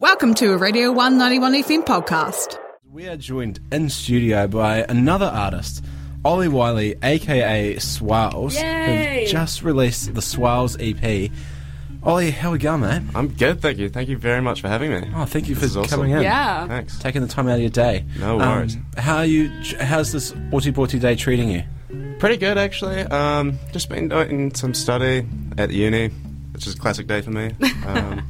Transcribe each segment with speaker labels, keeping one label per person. Speaker 1: Welcome to a Radio 191 FM podcast.
Speaker 2: We are joined in studio by another artist, Ollie Wiley, aka Swales,
Speaker 3: Yay!
Speaker 2: who just released the Swales EP. Ollie, how we going, mate?
Speaker 4: I'm good, thank you. Thank you very much for having me.
Speaker 2: Oh, thank you
Speaker 4: This
Speaker 2: for
Speaker 4: is awesome.
Speaker 2: coming in.
Speaker 3: Yeah.
Speaker 4: Thanks.
Speaker 2: Taking the time out of your day.
Speaker 4: No
Speaker 2: Um,
Speaker 4: worries.
Speaker 2: how are you? How's this Auti Borti day treating you?
Speaker 4: Pretty good, actually. Um, just been doing some study at uni, which is a classic day for me. Um,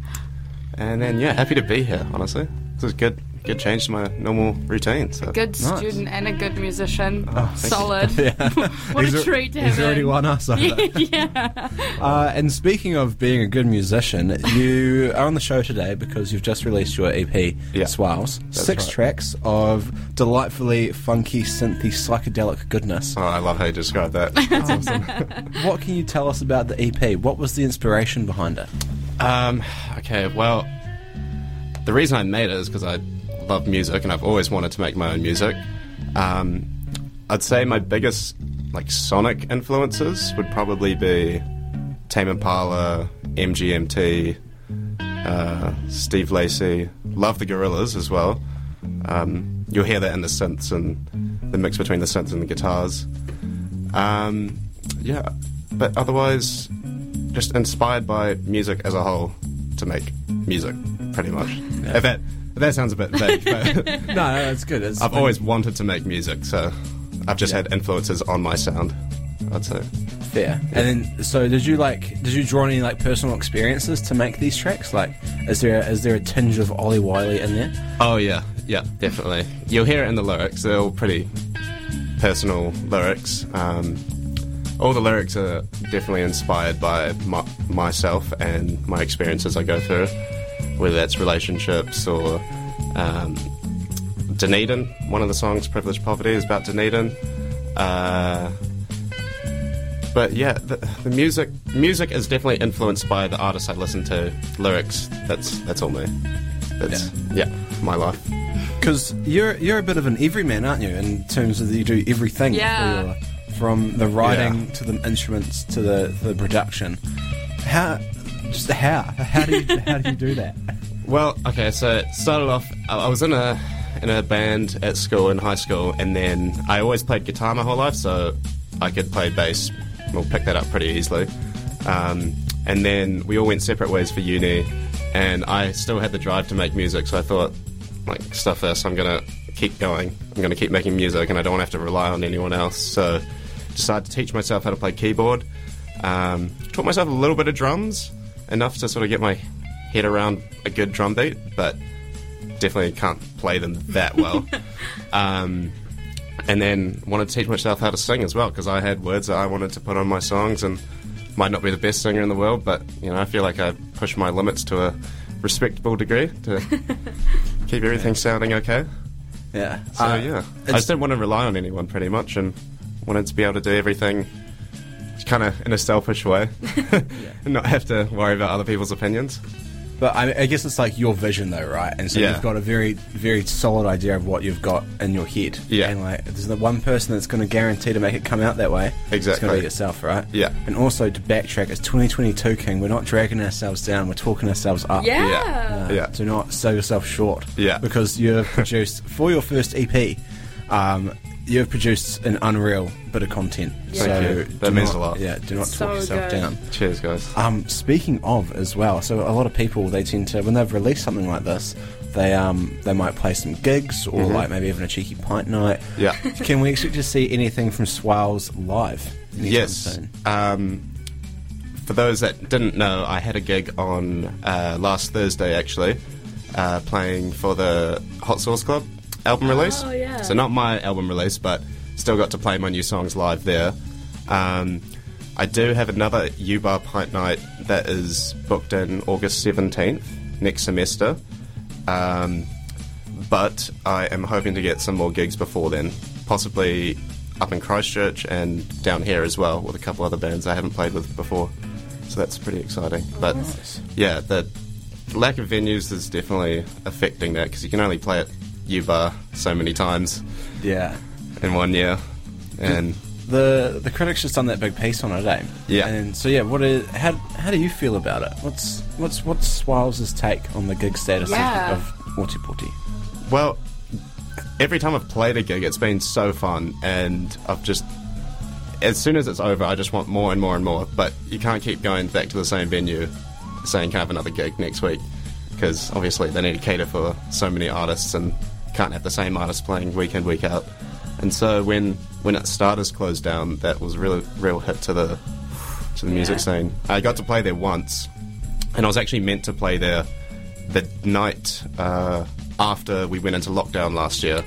Speaker 4: and then, yeah, happy to be here, honestly. This is good. Good change to my normal routine. So.
Speaker 3: Good
Speaker 2: Nice.
Speaker 3: student and a good musician.
Speaker 4: thank you.
Speaker 3: Solid. what
Speaker 2: He's
Speaker 3: a
Speaker 2: al-
Speaker 3: treat to have.
Speaker 2: He's already
Speaker 3: in.
Speaker 2: won us. I think.
Speaker 3: yeah.
Speaker 2: Uh, and speaking of being a good musician, you are on the show today because you've just released your EP,
Speaker 4: Yeah.
Speaker 2: Swales. Six
Speaker 4: right.
Speaker 2: tracks of delightfully funky, synthy, psychedelic goodness.
Speaker 4: Oh, I love how you described that.
Speaker 2: What can you tell us about the EP? What was the inspiration behind it?
Speaker 4: um, okay, well, the reason I made it is because I love music and I've always wanted to make my own music. Um, I'd say my biggest like sonic influences would probably be Tame Impala, MGMT, uh, Steve Lacey. Love the Gorillas as well. Um, you'll hear that in the synths and the mix between the synths and the guitars. Um, yeah, but otherwise, just inspired by music as a whole to make music, pretty much. If that if that sounds a bit vague, but
Speaker 2: No, no, it's good. It's
Speaker 4: I've always wanted to make music, so I've just had influences on my sound. I'd say.
Speaker 2: fair. And then, so did you like? Did you draw any like personal experiences to make these tracks? Like, is there is there a tinge of Ollie Wiley in there?
Speaker 4: Oh yeah, yeah, definitely. You'll hear it in the lyrics. They're all pretty personal lyrics. Um, all the lyrics are definitely inspired by my, myself and my experiences I go through, whether that's relationships or um, Dunedin. One of the songs, "Privileged Poverty," is about Dunedin. Uh, but yeah, the, the music music is definitely influenced by the artists I listen to. Lyrics, that's that's all me. That's yeah my life.
Speaker 2: Because you're you're a bit of an everyman, aren't you? In terms of that you do everything. for
Speaker 3: Yeah.
Speaker 2: your- from the writing
Speaker 4: Yeah.
Speaker 2: to the instruments to the, the production. How? Just how? How do you how do you do that?
Speaker 4: Well, okay, so it started off. I I was in a in a band at school in high school, and then I always played guitar my whole life, so I could play bass. We'll pick that up pretty easily. Um, and then we all went separate ways for uni, and I still had the drive to make music, so I thought, like, stuff this. I'm gonna keep going. I'm gonna keep making music, and I don't want to have to rely on anyone else. So, decided to teach myself how to play keyboard. Um, taught myself a little bit of drums, enough to sort of get my head around a good drum beat, but definitely can't play them that well. um, and then wanted to teach myself how to sing as well because I had words that I wanted to put on my songs and might not be the best singer in the world, but you know I feel like I pushed my limits to a respectable degree to keep everything sounding okay.
Speaker 2: Yeah.
Speaker 4: So
Speaker 2: Uh,
Speaker 4: yeah, I
Speaker 2: it's-
Speaker 4: just didn't want to rely on anyone pretty much, and wanted to be able to do everything kind of in a selfish way, and not have to worry about other people's opinions.
Speaker 2: But I, I guess it's like your vision, though, right? And so
Speaker 4: Yeah.
Speaker 2: you've got a very, very solid idea of what you've got in your head.
Speaker 4: Yeah.
Speaker 2: And like, there's the one person that's going to guarantee to make it come out that way. It's going to
Speaker 4: Exactly.
Speaker 2: be yourself, right?
Speaker 4: Yeah.
Speaker 2: And also to backtrack, it's 2022, King. We're not dragging ourselves down. We're talking ourselves up.
Speaker 3: Yeah.
Speaker 4: Yeah. Yeah.
Speaker 2: Do not sell yourself short.
Speaker 4: Yeah.
Speaker 2: Because you've produced, for your first EP, um, you've produced an unreal bit of content.
Speaker 4: Thank
Speaker 2: So
Speaker 4: you.
Speaker 2: do
Speaker 4: That means
Speaker 2: not-
Speaker 4: a lot.
Speaker 2: Yeah, do not
Speaker 3: So
Speaker 2: talk yourself
Speaker 3: good.
Speaker 2: down.
Speaker 4: Cheers, guys.
Speaker 2: Um, speaking of as well, so a lot of people they tend to when they've released something like this, they um they might play some gigs or like maybe even a cheeky pint night.
Speaker 4: Mm-hmm. Yeah.
Speaker 2: Can we expect to see anything from Swales live? anytime
Speaker 4: Yes.
Speaker 2: soon?
Speaker 4: Um, for those that didn't know, I had a gig on uh, last Thursday actually, uh, playing for the Hot Sauce Club album release.
Speaker 3: Oh, yeah.
Speaker 4: So not my album release, but still got to play my new songs live there. Um, I do have another U Bar Pint Night that is booked in August 17th next semester. Um, but I am hoping to get some more gigs before then, possibly up in Christchurch and down here as well with a couple other bands I haven't played with before. So that's pretty exciting. But yeah, the lack of venues is definitely affecting that because you can only play at U Bar so many times
Speaker 2: Yeah.
Speaker 4: in one year, and
Speaker 2: the the critics just done that big piece on it, eh?
Speaker 4: Yeah.
Speaker 2: And so yeah, what is, how how do you feel about it? What's what's what's Swiles' take on the gig status of-
Speaker 3: Yeah.
Speaker 2: of Morty Porty?
Speaker 4: Well, every time I've played a gig, it's been so fun, and I've just. As soon as it's over, I just want more and more and more. But you can't keep going back to the same venue saying, can I have another gig next week? Because obviously they need to cater for so many artists and can't have the same artist playing week in, week out. And so when when it starters closed down, that was a real, real hit to the to the music scene. I got to play there once, and I was actually meant to play there the night uh, after we went into lockdown last year,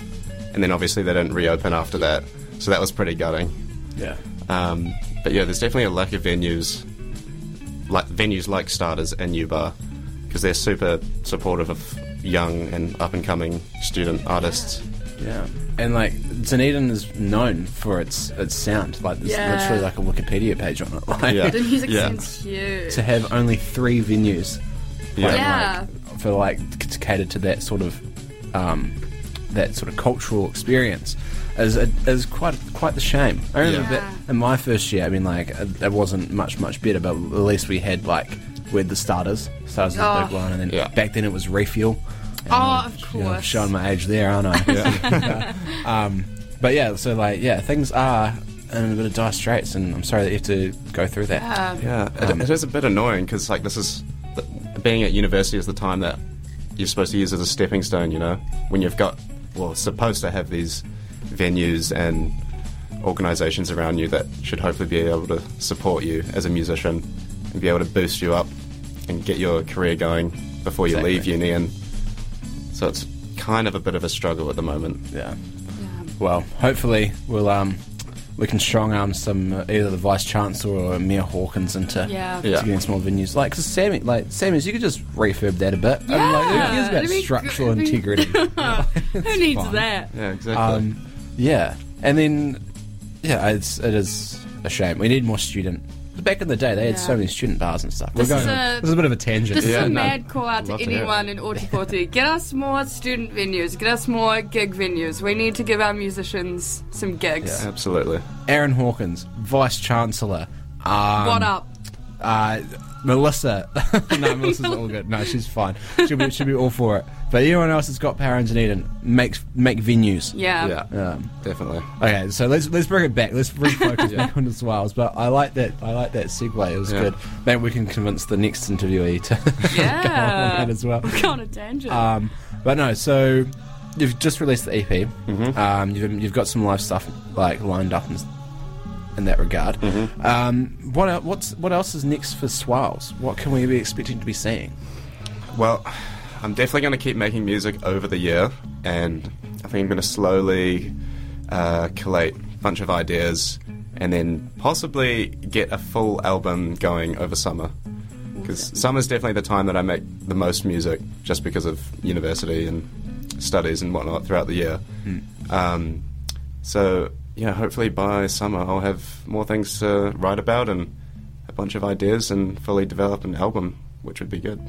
Speaker 4: and then obviously they didn't reopen after that, so that was pretty gutting.
Speaker 2: Yeah.
Speaker 4: Um, but yeah, there's definitely a lack of venues, like venues like Starters and Ubar, because they're super supportive of young and up and coming student artists.
Speaker 2: Yeah. And like Dunedin is known for its its sound. Like there's
Speaker 3: Yeah.
Speaker 2: literally like a Wikipedia page on it. Like
Speaker 4: Yeah.
Speaker 3: The music
Speaker 4: Yeah.
Speaker 3: seems huge.
Speaker 2: to have only three venues
Speaker 4: Yeah.
Speaker 2: like,
Speaker 3: Yeah.
Speaker 2: like, for like c- to cater to that sort of um, that sort of cultural experience is a, is quite quite the shame. I remember
Speaker 3: Yeah.
Speaker 2: that in my first year, I mean, like it, it wasn't much much better, but at least we had like we had the starters. Starters is a
Speaker 3: Oh.
Speaker 2: big one, and then
Speaker 4: Yeah.
Speaker 2: back then it was refuel.
Speaker 3: oh, of
Speaker 2: You know,
Speaker 3: course.
Speaker 2: showing my age there, aren't I? um, but yeah, so like yeah, things are in a bit of dire straits, and I'm sorry that you have to go through that.
Speaker 3: Um,
Speaker 4: Yeah, it,
Speaker 2: Um,
Speaker 4: it is a bit annoying because like this is th- being at university is the time that you're supposed to use as a stepping stone. You know, when you've got well, supposed to have these venues and organisations around you that should hopefully be able to support you as a musician and be able to boost you up and get your career going before you
Speaker 2: Exactly.
Speaker 4: leave uni. And so it's kind of a bit of a struggle at the moment.
Speaker 2: Yeah. Well, hopefully we'll um we can strong arm some uh, either the vice chancellor or Mayor Hawkins into
Speaker 3: Yeah.
Speaker 2: to
Speaker 4: Yeah.
Speaker 2: getting some more venues. Like 'cause Sammy, like Sammy's, you could just refurb that a bit. Yeah. And, like,
Speaker 3: Yeah.
Speaker 2: who cares about
Speaker 3: It'd be
Speaker 2: structural
Speaker 3: good.
Speaker 2: integrity?
Speaker 3: Who needs
Speaker 2: fine.
Speaker 3: that?
Speaker 4: Yeah, exactly.
Speaker 2: um, yeah, and then yeah, it's it is a shame. We need more student. Back in the day, they had
Speaker 3: Yeah.
Speaker 2: so many student bars and stuff.
Speaker 3: This
Speaker 2: We're
Speaker 3: is
Speaker 2: going-
Speaker 3: a-
Speaker 5: this is a bit of a tangent.
Speaker 3: This
Speaker 4: Yeah,
Speaker 3: is a
Speaker 4: no,
Speaker 3: mad call out to
Speaker 4: love to hear
Speaker 3: anyone in Ortiporti. Get us more student venues. Get us more gig venues. We need to give our musicians some gigs.
Speaker 4: Absolutely.
Speaker 2: Aaron Hawkins, vice chancellor. Um,
Speaker 3: what up?
Speaker 2: Uh, Melissa. no, Melissa's all good. No, she's fine. She'll be, she'll be all for it. But anyone else that's got power in Dunedin, make, make venues.
Speaker 3: Yeah.
Speaker 4: yeah,
Speaker 2: Um,
Speaker 4: definitely.
Speaker 2: okay, so let's let's bring it back. Let's refocus back onto Swiles. But I like that. I like that segue. It was
Speaker 4: Yeah.
Speaker 2: good. Maybe we can convince the next interviewee to
Speaker 3: Yeah.
Speaker 2: go on that as well.
Speaker 3: Go on a tangent.
Speaker 2: Um, but no, so you've just released the EP.
Speaker 4: Mm-hmm.
Speaker 2: Um, you've, you've got some live stuff like lined up in, in that regard.
Speaker 4: Mm-hmm.
Speaker 2: Um, what el- what's what else is next for Swales? What can we be expecting to be seeing?
Speaker 4: Well, I'm definitely going to keep making music over the year, and I think I'm going to slowly uh, collate a bunch of ideas and then possibly get a full album going over summer. Because summer's definitely the time that I make the most music just because of university and studies and whatnot throughout the year. Um, so, yeah, hopefully by summer I'll have more things to write about and a bunch of ideas and fully develop an album, which would be good.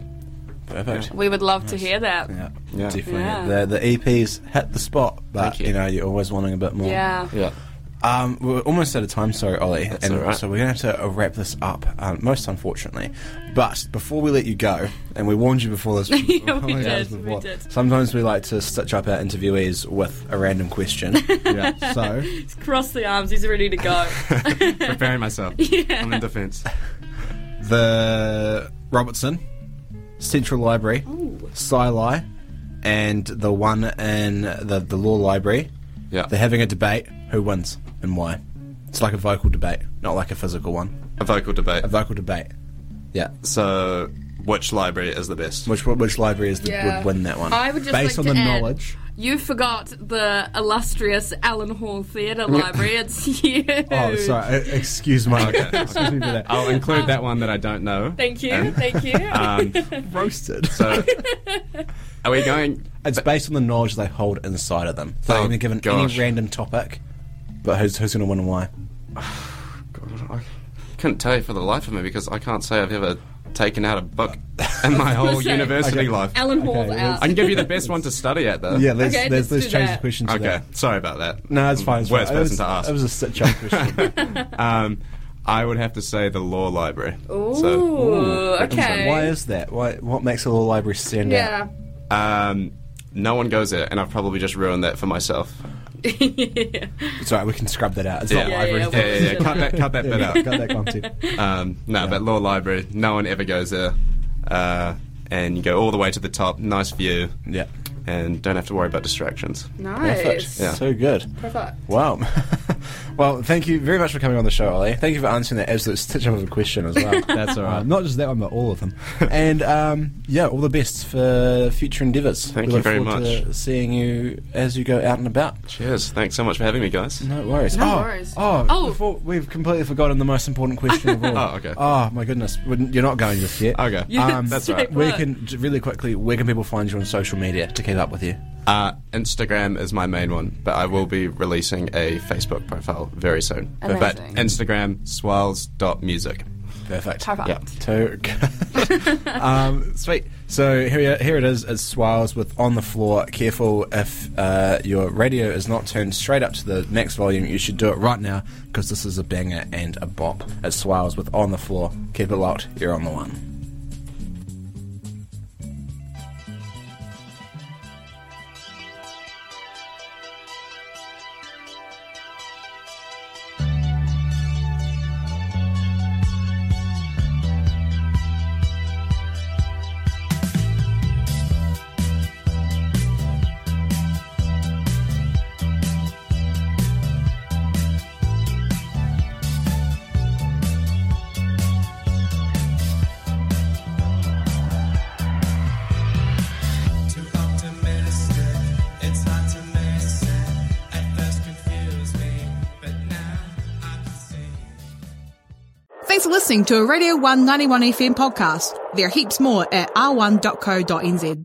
Speaker 2: Perfect.
Speaker 3: we would love to hear that.
Speaker 2: Yeah,
Speaker 4: Yeah.
Speaker 2: definitely.
Speaker 3: Yeah.
Speaker 2: The the EPs hit the spot, but
Speaker 4: Thank you.
Speaker 2: you. know you're always wanting a bit more.
Speaker 3: Yeah.
Speaker 4: Yeah.
Speaker 2: Um, we're almost out of time, sorry, Ollie. and
Speaker 4: all right.
Speaker 2: so we're going to have to uh, wrap this up, um, most unfortunately. But before we let you go, and we warned you before this,
Speaker 3: Yeah, we
Speaker 2: Oh,
Speaker 3: did,
Speaker 2: this
Speaker 3: we did.
Speaker 2: Sometimes we like to stitch up our interviewees with a random question. yeah. So,
Speaker 3: Cross the arms. He's ready to go.
Speaker 4: preparing myself. I'm in defense.
Speaker 2: the Robertson, Central Library, Sci and the one in the, the Law Library,
Speaker 4: Yeah.
Speaker 2: they're having a debate who wins and why. It's like a vocal debate, not like a physical one.
Speaker 4: A vocal debate.
Speaker 2: A vocal debate. Yeah.
Speaker 4: So, which library is the best?
Speaker 2: Which which library is the,
Speaker 3: Yeah.
Speaker 2: would win that one?
Speaker 3: I would just
Speaker 2: based
Speaker 3: like
Speaker 2: on
Speaker 3: to
Speaker 2: the
Speaker 3: add-
Speaker 2: knowledge.
Speaker 3: you forgot the illustrious Allen Hall Theatre Library. It's huge.
Speaker 2: Oh, sorry. e- Excuse my. Excuse me for that.
Speaker 4: I'll include that one that I don't know.
Speaker 3: Thank you.
Speaker 4: And,
Speaker 3: Thank you.
Speaker 4: um,
Speaker 2: Roasted.
Speaker 4: so, are we going?
Speaker 2: it's based on the knowledge they hold inside of them. So
Speaker 4: Oh,
Speaker 2: I'm going to give an
Speaker 4: gosh.
Speaker 2: any random topic, but who's who's going to win and why?
Speaker 4: God, I couldn't tell you for the life of me because I can't say I've ever taken out a book in my whole
Speaker 5: say,
Speaker 4: university
Speaker 2: okay.
Speaker 4: life.
Speaker 5: Alan Hall's
Speaker 2: Okay,
Speaker 5: out.
Speaker 4: I can give you the best one to study at, though.
Speaker 2: Yeah, let's,
Speaker 5: Okay, let's
Speaker 2: let's, let's
Speaker 5: do
Speaker 2: change
Speaker 5: that.
Speaker 2: the question to
Speaker 4: Okay,
Speaker 2: that.
Speaker 4: sorry about that.
Speaker 2: No, it's fine. It's
Speaker 4: Worst
Speaker 2: fine. It
Speaker 4: person
Speaker 2: was-
Speaker 4: to ask.
Speaker 2: It was a such up question.
Speaker 4: Um, I would have to say the law library.
Speaker 3: Ooh,
Speaker 4: So,
Speaker 3: okay.
Speaker 2: Why is that? Why, what makes a law library stand
Speaker 3: yeah.
Speaker 2: out?
Speaker 4: um, no one goes there, and I've probably just ruined that for myself.
Speaker 2: It's all right, we can scrub that out. It's not
Speaker 4: yeah,
Speaker 2: library.
Speaker 4: yeah,
Speaker 5: yeah, we'll
Speaker 4: yeah,
Speaker 5: just-
Speaker 4: Cut that, cut that
Speaker 2: Yeah,
Speaker 4: bit
Speaker 2: we
Speaker 4: out.
Speaker 2: Got that content.
Speaker 4: Um, no, but law library, no one ever goes there. Uh, and you go all the way to the top, nice view,
Speaker 2: yeah.
Speaker 4: and don't have to worry about distractions.
Speaker 2: Perfect.
Speaker 3: Nice.
Speaker 4: Yeah.
Speaker 2: So good.
Speaker 3: Perfect.
Speaker 2: Wow. well, thank you very much for coming on the show, Ollie. Thank you for answering that absolute stitch up of a question as well.
Speaker 4: That's all right.
Speaker 2: Um, not just that one, but all of them. and um, yeah, all the best for future endeavours.
Speaker 4: Thank
Speaker 2: we
Speaker 4: you
Speaker 2: look
Speaker 4: very
Speaker 2: forward To
Speaker 4: much.
Speaker 2: seeing you as you go out and about.
Speaker 4: Cheers. Thanks so much for having me, guys.
Speaker 2: No worries. oh,
Speaker 3: No worries.
Speaker 2: Oh,
Speaker 3: Oh.
Speaker 2: before- we've completely forgotten the most important question of all.
Speaker 4: Oh, okay.
Speaker 2: Oh, my goodness. Wouldn't- You're not going just yet.
Speaker 4: Okay.
Speaker 2: Um,
Speaker 4: That's right.
Speaker 2: Where
Speaker 3: Look.
Speaker 2: can j- really quickly? Where can people find you on social media to keep up with you?
Speaker 4: Uh, Instagram is my main one, but I will be releasing a Facebook profile very soon. But
Speaker 3: Amazing.
Speaker 4: Instagram, swells.music.
Speaker 2: Perfect.
Speaker 3: Perfect.
Speaker 4: Yeah.
Speaker 2: Too good. um, sweet. So here, we are, here it is. It's Swiles with on the floor. Careful if uh, your radio is not turned straight up to the max volume, you should do it right now because this is a banger and a bop. It's Swiles with on the floor. Keep it locked. You're on the one.
Speaker 6: Too optimistic, it's hard to miss it. At first confused me, but now I can see.
Speaker 1: Thanks for listening to a Radio 191 FM podcast. There are heaps more at r1.co.nz.